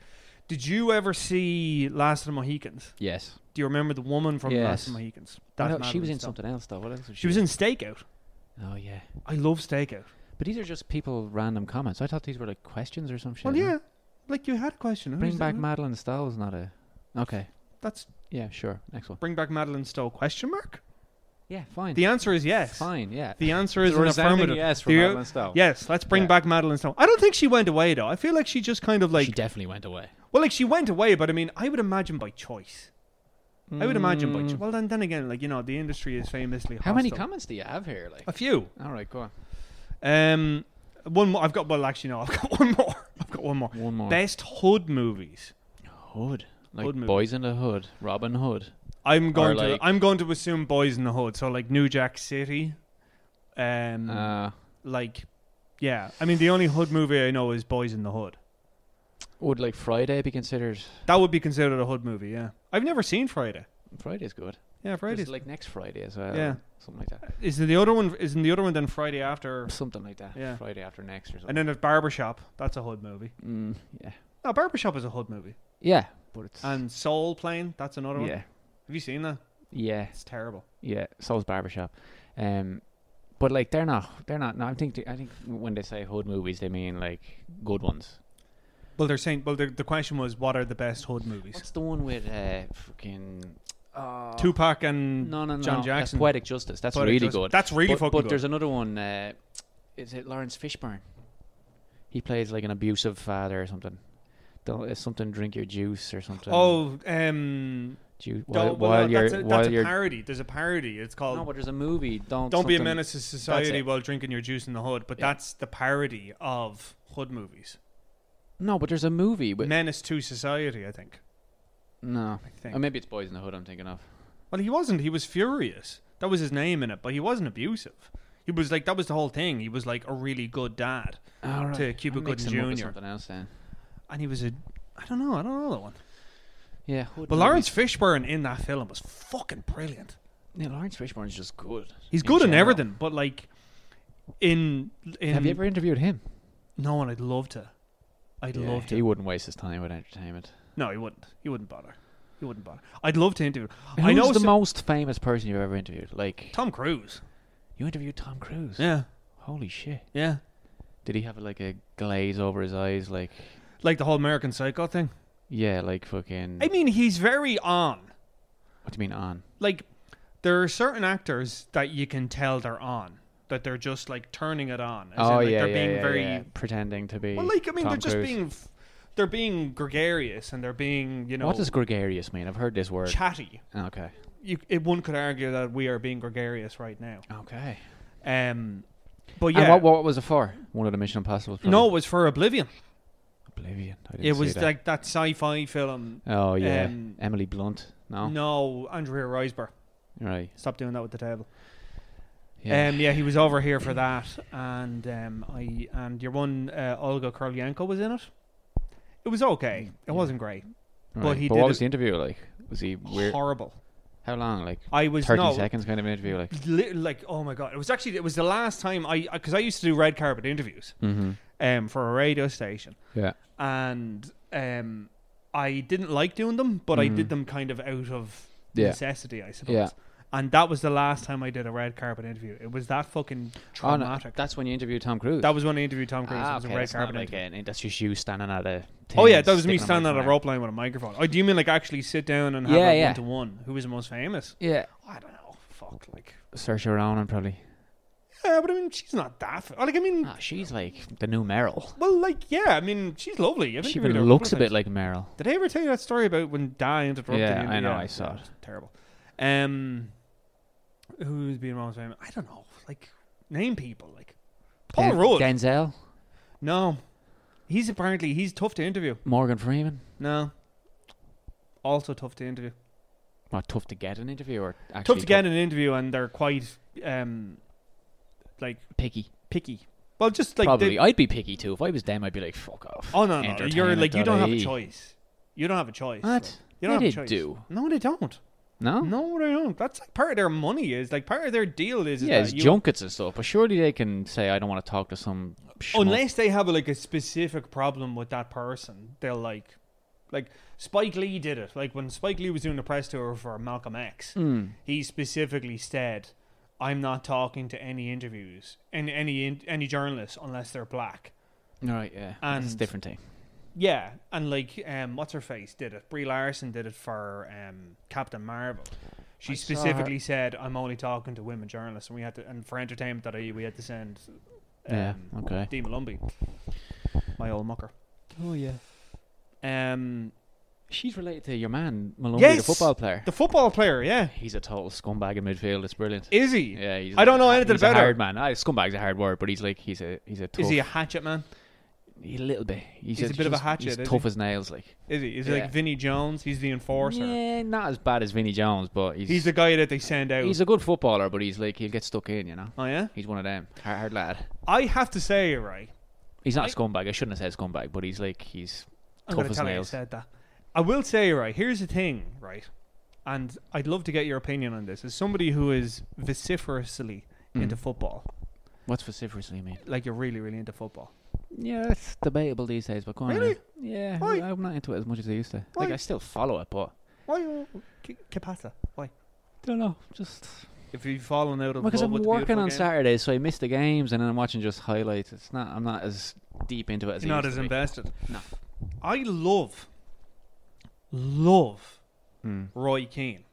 Did you ever see Last of the Mohicans? Yes. Do you remember the woman from Last Yes. of the Mohicans? I That's know- she was Madeline in Stowe. something else though. What else was she? She was in Stakeout. Oh yeah. I love Stakeout. But these are just people random comments. I thought these were like questions or some shit. Well, no? yeah. uh, Like you had a question. Who's Bring back that? Madeline Stowe's not a. Okay. That's Yeah. Sure. Next one. bring back Madeline Stowe? Question mark. Yeah. Fine. The answer is yes. Fine. Yeah. The answer is an Resounding affirmative. Yes. For The- Madeline Stowe. Yes, let's bring Yeah. back Madeline Stowe. I don't think she went away though. I feel like she just kind of like she definitely went away. well, like she went away, but I mean, I would imagine by choice. I would imagine by choice. Well, then then again, like you know, the industry is famously Mm. How many hostile. Uh, comments do you have here? Like. A few. All right. Go on. Um, one more. I've got well, actually no, I've got one more. I've got one more. One more. Best hood movies. Hood. Like Hood movie. Boys in the Hood. Robin Hood. I'm going like- to I'm going to assume Boys in the Hood, so like New Jack City, um, Uh, like yeah. I mean, the only hood movie I know is Boys in the Hood. Would like Friday be considered? That would be considered a hood movie. Yeah, I've never seen Friday. Friday's good. Yeah, Friday Friday's like next Friday as well. Yeah. something like that. is the other one. Isn't the other one then Friday after? Something like that. Yeah. Friday after next or something. And then there's Barbershop. That's a hood movie. mm, yeah, No, Barbershop is a hood movie. yeah, but it's And Soul Plane. That's another one. yeah, Have you seen that? yeah, It's terrible. yeah. Soul's Barbershop, um, but like they're not, they're not. No, I think they, I think when they say hood movies, they mean like good ones. Well, they're saying. Well, the the question was, what are the best hood movies? Oh. What's the one with uh, fucking uh, Tupac and No, no, no. John that's Jackson. Poetic Justice. That's Poetic really Justice. good. That's really but, fucking but good. there's another one. Uh, is it Lawrence Fishburne? He plays like an abusive father or something. Don't, it's something drink your juice or something. Oh, um, Ju- while, don't, well, while no, you're that's a, while that's you're a parody. There's a parody. It's called no, but there's a movie. Don't "Don't Be a something- Menace to Society it. While Drinking Your Juice in the Hood," but Yeah. that's the parody of hood movies. No, but there's a movie. With, Menace to Society, I think. no, I think. or maybe it's Boys in the Hood. I'm thinking of. well, he wasn't. He was furious. That was his name in it, but he wasn't abusive. He was like that was the whole thing. He was like a really good dad, All right. To Cuba I'm mixing Gooding him up with Jr.. Something else then. and he was a. I don't know. I don't know that one. Yeah. Hood But movies. Lawrence Fishburne in that film was fucking brilliant. Yeah, Lawrence Fishburne's just good. He's in good in general. everything, but like in in Have you ever interviewed him? No, and I'd love to. I'd Yeah, love to. He wouldn't waste his time with entertainment. no, he wouldn't. He wouldn't bother. He wouldn't bother. I'd love to interview. Who's I know the so- most famous person you've ever interviewed? Like Tom Cruise. you interviewed Tom Cruise. Yeah, Holy shit! yeah. Did he have like a glaze over his eyes? Like Like the whole American Psycho thing. yeah, like fucking. I mean, he's very on. what do you mean on? Like there are certain actors that you can tell they're on. That they're just like turning it on. As in, oh like, yeah, they're yeah, being yeah, very yeah. pretending to be. Well, like I mean, Tom they're just Cruise. being f- they're being gregarious and they're being, you know, what does gregarious mean? I've heard this word. chatty. okay. you, it, one could argue that we are being gregarious right now. Okay. Um, but And yeah, what, what was it for? One of the Mission Impossible. films? no, it was for Oblivion. Oblivion. I didn't It see was that. like that sci-fi film. Oh yeah, um, Emily Blunt. No, No, Andrea Riseborough. right. Stop doing that with the table. Yeah. Um, yeah, he was over here for that, and um, I and your one uh, Olga Kurlyanko was in it. It was okay. It Yeah. wasn't great. Um, right. well, he but did what it- was the interview like? Was he weird? Horrible. How long? Like I was thirty no, seconds kind of interview? Like. li- like oh my god! It was actually it was the last time I because I used to do red carpet interviews Mm-hmm. um for a radio station. Yeah. and um, I didn't like doing them, but I Mhm. did them kind of out of Yeah. necessity, I suppose. Yeah. And that was the last time I did a red carpet interview. It was that fucking Oh, no, traumatic. that's when you interviewed Tom Cruise. that was when I interviewed Tom Cruise. Ah, it was okay, a red that's not carpet like interview. an- that's just you standing at a. Oh thing yeah, and that was me sticking standing at a microphone rope line with a microphone. Oh, do you mean like actually sit down and have Yeah, a yeah. one to one? Who was the most famous? Oh, out. Yeah, I don't know. Fuck, like Saoirse Ronan probably. yeah, but I mean she's not that. Fa- like I mean, Ah, she's like the new Meryl. well, like yeah, I mean she's lovely. I've She interviewed her even looks a couple of times. bit like Meryl. Did I ever tell you that story about when Di interrupted Yeah, you? I know, I saw it. Terrible. Um, who's being most famous? I don't know. Like, name people. Like, Paul Den- Rudd. Denzel, no, he's apparently he's tough to interview. Morgan Freeman. No, also tough to interview. Well, tough to get an interview or actually tough to get in an interview, and they're quite um, like picky. picky. Well, just like probably, They, I'd be picky too. If I was them, I'd be like, "Fuck off." oh no, no, you're like you don't have a Entertainment.ie. choice. You don't have a choice. What? You don't They have a choice. Mm. did do. No, they don't. No. No, they don't. That's like part of their money is like part of their deal is. is yeah, that it's you- junkets and stuff. But surely they can say, "I don't want to talk to some." schmuck." Unless they have like a specific problem with that person, they'll like, like Spike Lee did it. Like when Spike Lee was doing the press tour for Malcolm X, Mm. he specifically said, "I'm not talking to any interviews and any in- any journalists unless they're black." All right, yeah, it's a And- different thing. Yeah, and like um, what's her face did it. Brie Larson did it for um, Captain Marvel. She I saw her- specifically said, "I'm only talking to women journalists," and we had to, and for entertainment that we had to send. Um, Yeah, okay. Dee Malumbi, my old mucker. Oh yeah. Um, She's related to your man, Malone, Yes! the football player. the football player, yeah, He's a total scumbag in midfield. It's brilliant. is he? Yeah, he's I don't like know a- anything he's a about her. hard man. Ah, scumbag's a hard word, but he's like he's a he's a tough. Is he a hatchet man? a little bit. He's, He's a bit of a hatchet, He's is tough he? as nails, like. Is he? Is he Yeah. like Vinnie Jones? He's the enforcer. Yeah, not as bad as Vinny Jones, but he's He's the guy that they send out. he's a good footballer, but he's like he'll get stuck in, you know. oh yeah. He's one of them hard, hard lad. I have to say, right, He's not I- a scumbag. I shouldn't have said scumbag, but he's like he's I'm Tough gonna as tell nails. you I said that. I will say, right, here's the thing, right? And I'd love to get your opinion on this. As somebody who is vociferously into football, What's vociferously mean? like you're really, really into football. Yeah, it's debatable these days, but go on. Really? now. Yeah, Why? I'm not into it as much as I used to. Like, Why? I still follow it, but. Why uh, que, que pasa? Why? Don't know. Just. If you've fallen out of Because love I'm with the working beautiful on game, Saturdays, so I miss the games and then I'm watching just highlights. It's not. I'm not as deep into it as you're not I as used to invested. No. I love, love be. Mm. Roy Keane.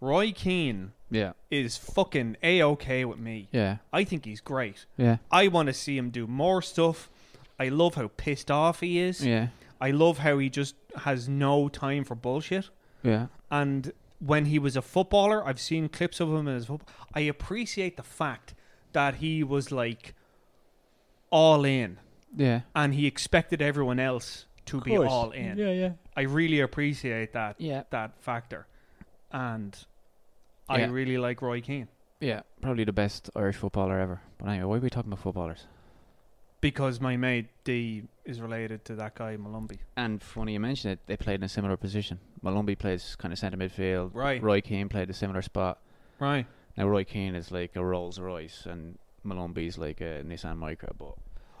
Roy Keane Yeah. is fucking a okay with me. Yeah. I think he's great. Yeah. I want to see him do more stuff. I love how pissed off he is. Yeah. I love how he just has no time for bullshit. Yeah. And when he was a footballer, I've seen clips of him as football. I appreciate the fact that he was like all in, Yeah. and he expected everyone else to be all in. Yeah. Yeah. I really appreciate that Yeah. that factor, and I Yeah. really like Roy Keane Yeah. Probably the best Irish footballer ever. But anyway, why are we talking about footballers? because my mate D is related to that guy Malumbi. And funny you mentioned it, they played in a similar position. Malumbi plays kind of centre midfield. Right. Roy Keane played a similar spot. Right. Now Roy Keane is like a Rolls Royce, and Malumbi's like a Nissan Micra. But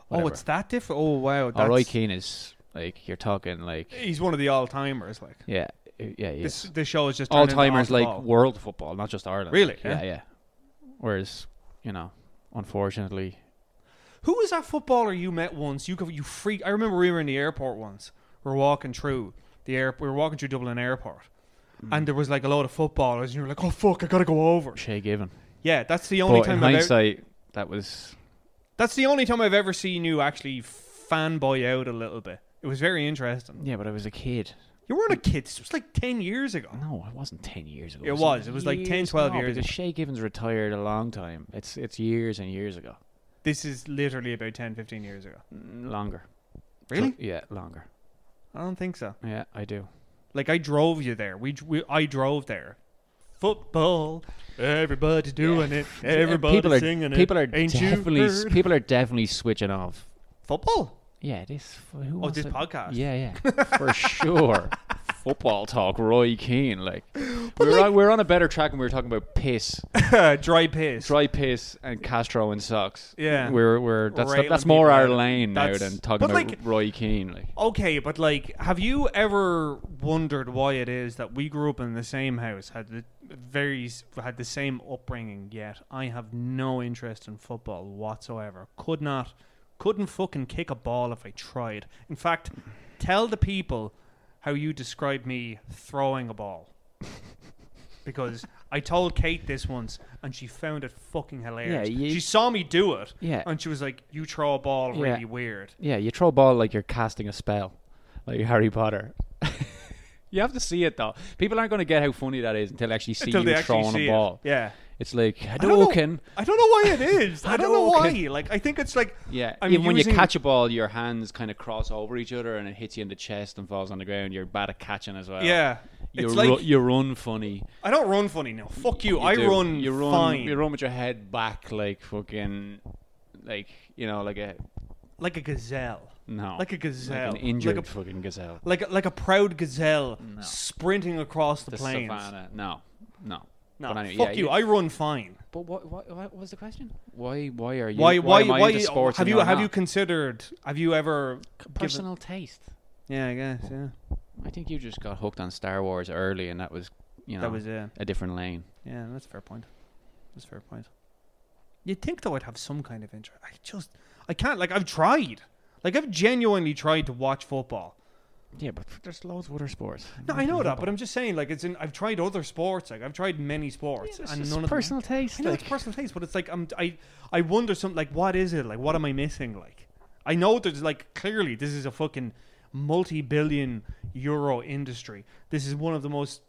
whatever. Oh, it's that different. Oh wow, Or that's, Roy Keane is like you're talking like he's one of the all timers. Like yeah, i- yeah, yeah. this, this show is just All turned into off timers the like ball. world football, not just Ireland. Really? Like, yeah, yeah. Whereas you know, unfortunately, Who was that footballer you met once? You could- you freak. I remember we were in the airport once. We were walking through the air. We were walking through Dublin Airport, Mm. and there was like a load of footballers, and you were like, "Oh fuck, I gotta go over." Shea Given. Yeah, that's the only but in time. I've ever, hindsight, that was that's the only time I've ever seen you actually fanboy out a little bit. It was very interesting. yeah, but I was a kid. You weren't a kid. This was like ten years ago. No, it wasn't ten years ago. It was. It was like 10, 12 no, years Because ago. Shea Given's retired a long time. It's it's years and years ago. This is literally about 10, 15 years ago. Mm, Longer. Really? Yeah, longer. I don't think so. Yeah, I do. Like I drove you there. We, we I drove there. Football, everybody doing it. Everybody people are, singing people it. are Ain't you definitely s- heard? people are definitely switching off. football. Yeah, this. f- Who Oh, wants this to- podcast. Yeah, yeah, for sure. Football talk, Roy Keane. Like we're on, we're on a better track when we were talking about piss, dry piss. dry piss, and Castro in socks. Yeah. we're we're that's Railing that's more people our out. lane now That's- than talking but, about like- Roy Keane. Like Okay, but like, have you ever wondered why it is that we grew up in the same house, had the very s- had the same upbringing? Yet I have no interest in football whatsoever. Could not, couldn't fucking kick a ball if I tried. In fact, tell the people how you describe me throwing a ball, because I told Kate this once, and she found it fucking hilarious. Yeah, you- she saw me do it, Yeah. and she was like, "You throw a ball Yeah. really weird." yeah, you throw a ball like you're casting a spell, like Harry Potter. you have to see it though. People aren't going to get how funny that is until they actually see Until you they actually throwing see it. a ball. Yeah. It's like don't know- Hadouken. I don't know why it is. I don't know why. Hadouken. Like I think it's like Yeah, I'm even when you using- catch a ball, your hands kind of cross over each other and it hits you in the chest and falls on the ground. You're bad at catching as well. yeah. you it's ru- like you run funny. I don't run funny now. Fuck you. You I do. run. You run. fine. You run with your head back, like fucking, like you know, like a like a gazelle, no, like a gazelle, like an injured like a fucking gazelle. like a, like a proud gazelle sprinting across the, The plains. savannah. No, no. No, But anyway, fuck yeah, you. I run fine. But what, what, what was the question? Why? Why are you? Why? Why? am I Why? into sports have and you? you're Have you not? considered? Have you ever? Given, personal taste? yeah, I guess. Yeah, I think you just got hooked on Star Wars early, and that was you know that was yeah. a different lane. Yeah, that's a fair point. That's a fair point. You'd think though I'd have some kind of interest. I just I can't like I've tried. Like I've genuinely tried to watch football. Yeah, but there's loads of other sports. No, I know that, but I'm just saying like it's in I've tried other sports. Like I've tried many sports and none of them. personal taste. I know it's personal taste, but it's like I'm I I wonder something like what is it? Like what am I missing like? I know there's like clearly this is a fucking multi-billion euro industry. This is one of the most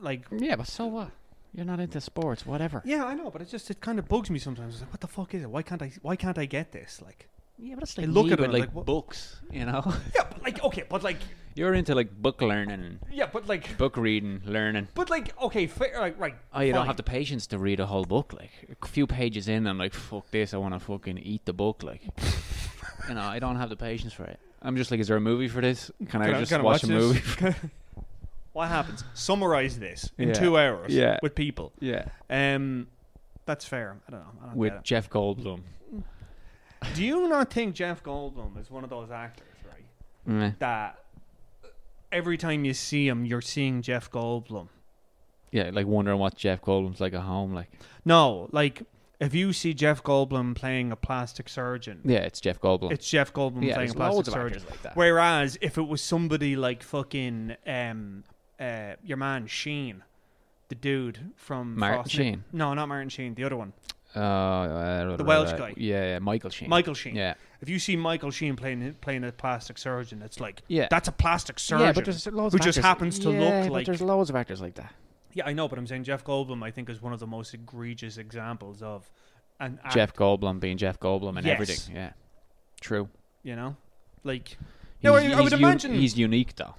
like yeah, but so what? You're not into sports, whatever. Yeah, I know, but it just it kind of bugs me sometimes. It's like, what the fuck is it? Why can't I? Why can't I get this? Like, Yeah, but it's I look me at it with, and like, like, what- books, you know. yeah, but like okay, but like You're into like book learning, and Yeah, but like, book reading, learning. but like, okay, fair, like, right. I fine. Oh, don't have the patience to read a whole book. Like a few pages in, I'm like, fuck this. I want to fucking eat the book. Like, you know, I don't have the patience for it. I'm just like, is there a movie for this? Can, I Can I- just can I watch, a watch this? movie? What happens? Summarize this in Yeah. two hours. Yeah. with people. yeah, Um, that's fair. I don't know. I don't with get Jeff Goldblum. it. Do you not think Jeff Goldblum is one of those actors, right? Mm, That every time you see him, you're seeing Jeff Goldblum. Yeah, like wondering what Jeff Goldblum's like at home. Like, No, like if you see Jeff Goldblum playing a plastic surgeon, yeah, it's Jeff Goldblum. it's Jeff Goldblum yeah, playing a there's plastic loads of surgeon. actors like that. Whereas if it was somebody like fucking um, uh, your man Sheen, the dude from Martin Frost- Sheen? No, not Martin Sheen. The other one, Uh, uh, The Welsh guy. Yeah, yeah, Michael Sheen. Michael Sheen. Yeah, If you see Michael Sheen playing playing a plastic surgeon, it's like Yeah. that's a plastic surgeon. yeah, but there's loads who of just actors- happens to look Yeah, but like- there's loads of actors like that. yeah, I know, but I'm saying Jeff Goldblum, I think, is one of the most egregious examples of an act, Jeff Goldblum being Jeff Goldblum and Yes. everything. Yeah, true. You know, like No, He's, I- I would he's un- imagine- he's unique though.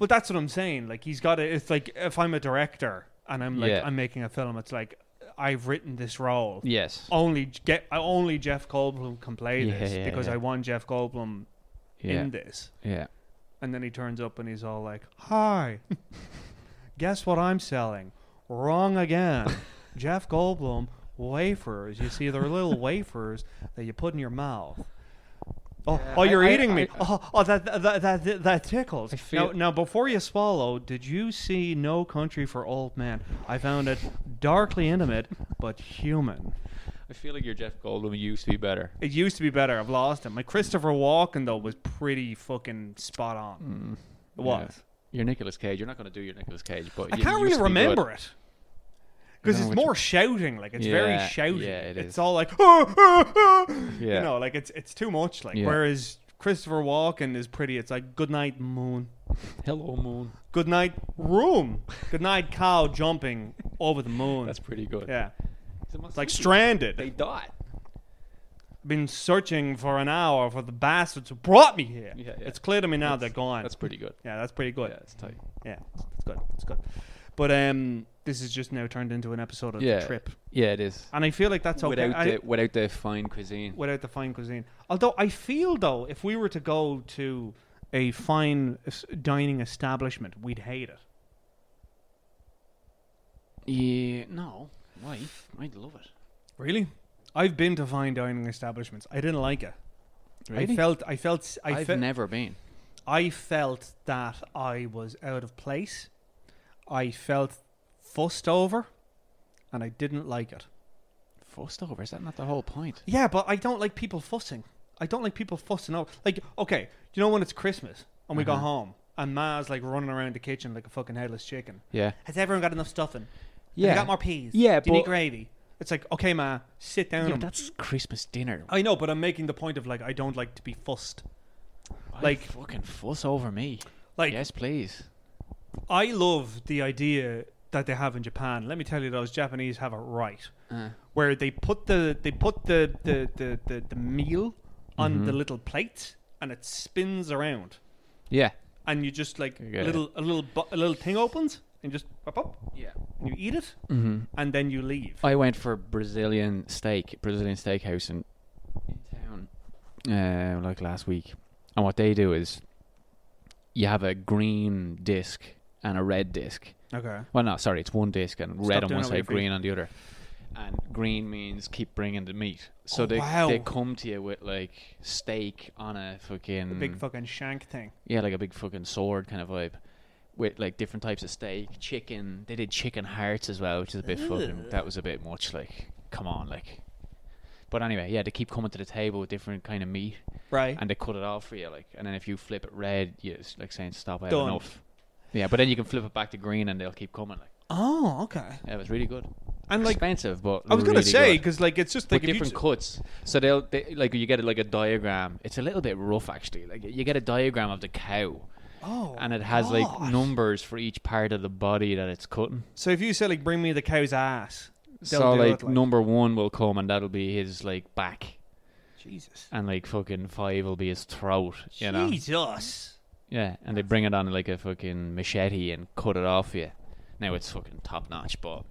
Well, that's what I'm saying. Like he's got it. It's like if I'm a director and I'm like Yeah. I'm making a film, it's like I've written this role. Yes. Only Je- get only Jeff Goldblum can play Yeah, this yeah, because yeah. I want Jeff Goldblum Yeah. in this. yeah. And then he turns up and he's all like, "Hi, guess what I'm selling? Wrong again. Jeff Goldblum wafers. You see, they're little wafers that you put in your mouth." Oh, oh, you're I- I- eating me! I- oh, oh, that that that that, that tickles. I feel- Now, now, before you swallow, did you see No Country for Old Men? I found it darkly intimate, but human. I feel like your Jeff Goldblum used to be better. It used to be better. I've lost him. My Christopher Walken though was pretty fucking spot on. It was. Mm, Yeah. Your Nicolas Cage. You're not going to do your Nicolas Cage, but I you can't really used to be good. remember it because know it's which more shouting. Like it's very Yeah, shouting. yeah, it it's is. all like, "Ah, ah, ah," Yeah. you know, like it's it's too much. Like Yeah. whereas Christopher Walken is pretty. It's like good night moon, Hello Moon. good night room, good night cow jumping over the moon. That's pretty good. yeah, He's a it's like Masuki. stranded. They I've died. been searching for an hour for the bastards who brought me here. Yeah, yeah. It's clear to me now That's- they're gone. That's pretty good. yeah, that's pretty good. Yeah, it's tight. Yeah, that's good. That's good. But um, this is just now turned into an episode of Yeah. the trip. Yeah, it is. And I feel like that's okay. without I- the without the fine cuisine. without the fine cuisine. Although I feel though, if we were to go to a fine es- dining establishment, we'd hate it. Yeah, no. Why? I'd love it. Really? I've been to fine dining establishments. I didn't like it. I felt. I felt. s- I, I've fe- never been. I felt that I was out of place. I felt fussed over, and I didn't like it. Fussed over. Is that not the whole point? Yeah, but I don't like people fussing. I don't like people fussing out. Like, okay, you know when it's Christmas and we go Uh-huh. home and Ma's like running around the kitchen like a fucking headless chicken. Yeah. Has everyone got enough stuffing? Yeah. Have you got more peas? Yeah, Do you need but- gravy? It's like, okay, Ma, sit down. Yeah, that's Christmas dinner. I know, but I'm making the point of like, I don't like to be fussed. Why like- fucking fuss over me. Like, yes, please. I love the idea that they have in Japan. Let me tell you, those Japanese have it right. Uh, where they put the they put the the the, the, the meal on the Mm-hmm. little plate and it spins around yeah. and you just like Okay. little a little bu- a little thing opens and just pop up Yeah. and you eat it hmm and then you leave. I went for Brazilian steak, Brazilian steakhouse in, in town, uh, like last week. And what they do is, you have a green disc and a red disc. Okay. Well, no, sorry, it's one disc and red Stop on doing one that with your side, feet. green on the other. And green means keep bringing the meat. So Oh, they wow. they come to you with like steak on a fucking The big fucking shank thing. Yeah, like a big fucking sword kind of vibe. With like different types of steak, chicken. They did chicken hearts as well, which is a bit fucking. That was a bit much. Like, come on, like. But anyway, yeah, they keep coming to the table with different kind of meat, Right. and they cut it off for you, like. And then if you flip it red, you it's like saying stop, I have Done. enough. Yeah, but then you can flip it back to green, and they'll keep coming. Like, Oh, okay. yeah, it was really good. And like Expensive, but I was gonna really say good. cuz like it's just like With if you different ju- cuts, so they'll they, like you get like a diagram. It's a little bit rough actually. Like you get a diagram of the cow, Oh. and it has God. like numbers for each part of the body that it's cutting. So if you say like bring me the cow's ass. they'll so do like, it, like- number one will come and that'll be his like back, Jesus. and like fucking five will be his throat. You know, Jesus. Yeah, and they bring it on like a fucking machete and cut it off you. Now it's fucking top notch, but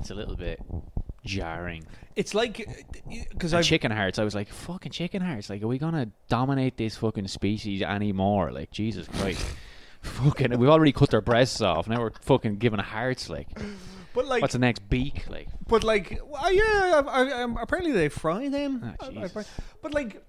it's a little bit jarring. It's like uh, because And I chicken hearts, I was like, fucking chicken hearts. Like, are we gonna dominate this fucking species anymore? Like, Jesus Christ. fucking, we've already cut their breasts off. Now we're fucking giving hearts. Like, but like what's the next beak? Like, but like well, yeah, I, I, um, apparently they fry them. Ah, I- I Jesus. fry- but like.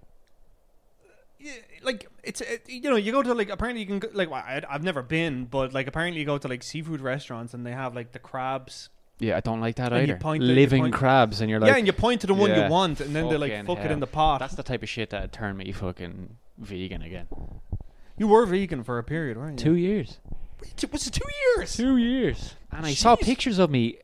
yeah, Like it's it, you know you go to like apparently you can go, like well, I, I've never been but like apparently you go to like seafood restaurants and they have like the crabs yeah, I don't like that And you either. point the- you Living point- crabs, and you're like, yeah and you point to the one Yeah. you want and then they like Fucking fuck it hell. in the pot. That's the type of shit that turned me fucking vegan again. you were vegan for a period, weren't you? Two years. It was two years. Two years. And I saw Jeez. pictures of me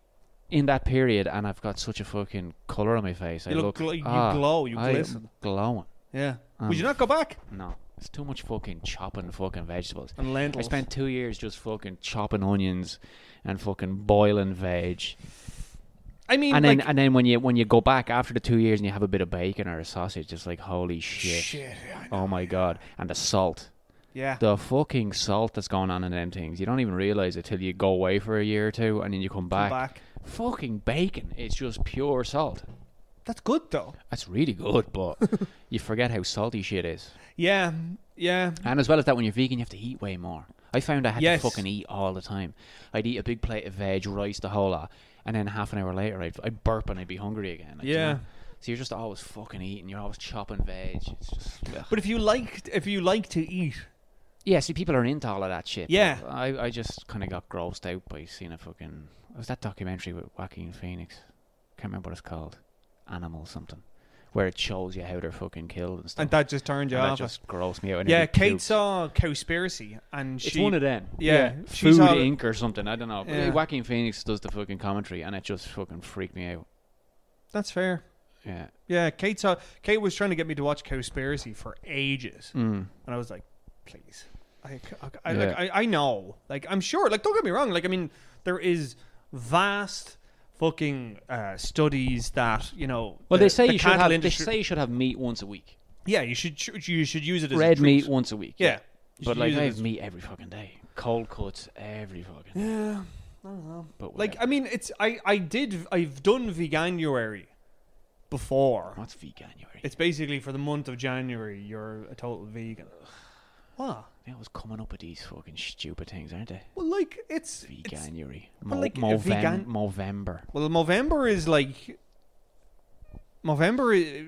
in that period, and I've got such a fucking color on my face. I You look, look gl- you ah, glow, you I am glisten. glowing. Yeah. Um, Would you not go back? No, it's too much fucking chopping fucking vegetables. And lentils. I spent two years just fucking chopping onions and fucking boiling veg. I mean, And then, like, and then when you when you go back after the two years and you have a bit of bacon or a sausage, it's like holy shit! Shit, oh my god! And the salt, yeah. the fucking salt that's going on in them things. You don't even realize it till you go away for a year or two, and then you come back. back. Fucking bacon! It's just pure salt. That's good though. That's really good, but you forget how salty shit is. Yeah. Yeah. And as well as that, when you're vegan, you have to eat way more. I found I had Yes. to fucking eat all the time. I'd eat a big plate of veg, rice, the whole lot, and then half an hour later, I'd, I'd burp and I'd be hungry again. like, you Yeah. know? So you're just always fucking eating. You're always chopping veg. It's just. ugh. But if you like, if you like to eat, yeah, see, people are into all of that shit. but Yeah. I, I just kind of got grossed out by seeing a fucking. It was that documentary with Joaquin Phoenix. Can't remember what it's called. Animal something. Where it shows you how they're fucking killed and stuff. and that just turned you And that off. just grossed me out. I yeah, nearly Kate puked. saw Cowspiracy, and she. It's one of them. Yeah, she Food saw it- Inc. or something. I don't know. Yeah. Yeah. Joaquin Phoenix does the fucking commentary, and it just fucking freaked me out. that's fair. Yeah. Yeah, Kate saw. Kate was trying to get me to watch Cowspiracy for ages, Mm. and I was like, please. I, I, I, Yeah. like, I, I know. Like, I'm sure. Like, don't get me wrong. Like, I mean, there is vast fucking uh, studies that you know. Well, the- they say the you should cattle have. industry- They say you should have meat once a week. Yeah, you should ch- you should use it as Red a treat. meat once a week. Yeah, You But should like, use it I as- have meat every fucking day. Cold cuts every fucking. Day. yeah, I don't know. But Like like, I mean, it's I I did I've done veganuary before. what's veganuary? It's basically for the month of January. You're a total vegan. What? They always coming up with these fucking stupid things, aren't they? Well, like it's, it's Veganuary. but Mo- like, a Movem- vegan- Movember. well, Movember is like Movember. i-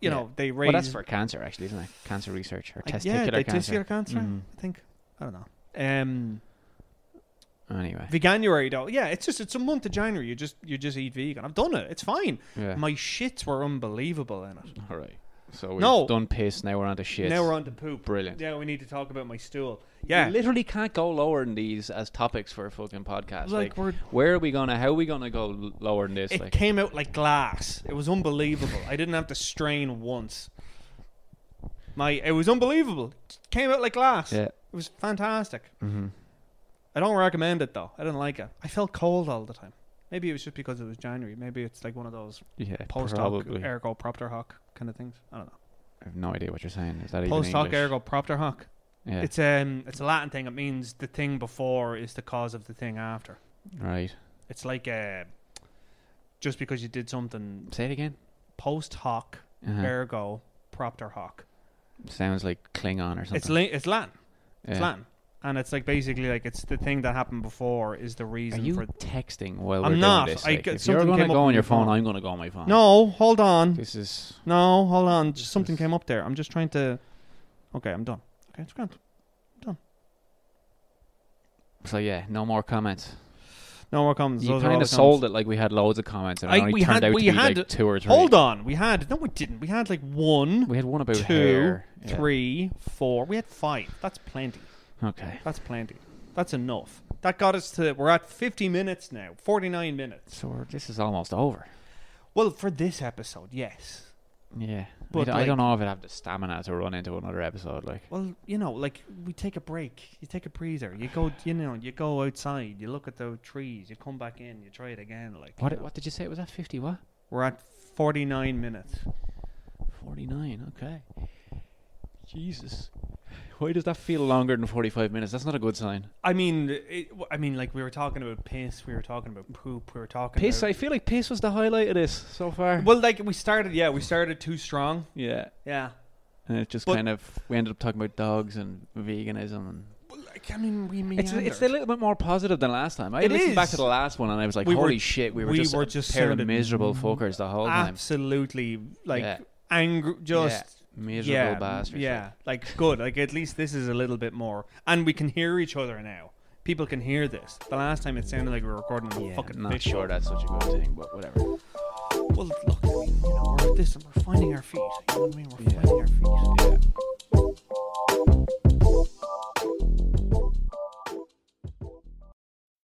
You Yeah. know they raise Well, that's for cancer, actually, isn't it? Cancer research or I- testicular yeah, they cancer. testicular cancer. Mm. I think I don't know. Um, Anyway. veganuary though, yeah, it's just it's a month of January. You just you just eat vegan. I've done it. It's fine. yeah. My shits were unbelievable in it. All right. So we've No. done piss. Now we're on to shit. Now we're on to poop. Brilliant. Yeah, we need to talk about my stool. You Yeah. literally can't go lower than these as topics for a fucking podcast. Like, Like, we're- where are we gonna? How are we gonna go l- lower than this? It like, came out like glass. It was unbelievable. I didn't have to strain once. My it was unbelievable. It came out like glass. yeah. It was fantastic. Mm-hmm. I don't recommend it though. I didn't like it. I felt cold all the time. Maybe it was just because it was January. Maybe it's like one of those Yeah. post hoc probably. ergo propter hoc kind of things. I don't know. I have no idea what you're saying. Is that even Post hoc English? ergo propter hoc. Yeah. It's um it's a Latin thing. It means the thing before is the cause of the thing after. right. It's like uh, just because you did something Say it again. post hoc, Uh-huh. ergo propter hoc. Sounds like Klingon or something. It's la- it's Latin. It's Yeah. Latin, and it's like basically like it's the thing that happened before is the Are reason you for. texting while I'm we're not. doing this? I Like, get- if you're something gonna came up go on on your your phone, phone. I'm gonna go on my phone. No, hold on. This is. No, hold on. Just something came up there. I'm just trying to. Okay, I'm done. Okay, it's grand. So yeah, no more comments. No more comments. You Those are all kind the of sold it like we had loads of comments, and I- it only we turned had- out we to be had- like two or comments. three. Hold on. We had no, we didn't. We had like one, We had one about two, hair. Yeah. three, four. We had five. That's plenty. Okay. That's plenty. That's enough. That got us to we're at 50 minutes now. 49 minutes. So we're, this is almost over. Well, for this episode, yes. Yeah. But, But I, d- I like- don't know if I'd have the stamina to run into another episode. Like, Well, you know, like we take a break. You take a breather. You go, you know, you go outside. You look at the trees. You come back in. You try it again. Like you what? know. What did you say? Was that fifty? What? We're at 49 minutes. Forty nine. Okay. Jesus. why does that feel longer than 45 minutes? That's not a good sign. I mean, it, I mean, like we were talking about piss, we were talking about poop, we were talking Pace, about- I feel like pace was the highlight of this so far. well, like we started, yeah, we started too strong. Yeah. Yeah. And it just But- kind of, we ended up talking about dogs and veganism. And Well, like, I mean, we it's, it's a meandered. little bit more positive than last time. I It listened back is. to the last one and I was like, We were- holy shit, we were we just were a just pair of sounded miserable fuckers the whole time. absolutely like Yeah. angry, just Miserable yeah, bastards. Yeah, like good. Like at least this is a little bit more, and we can hear each other now. People can hear this. The last time it sounded like we were recording on a Yeah, fucking not fish. sure that's such a good thing, but whatever. Well, look, I mean, you know, we're at this and we're finding our feet. You know what I mean? We're Yeah. finding our feet. Yeah.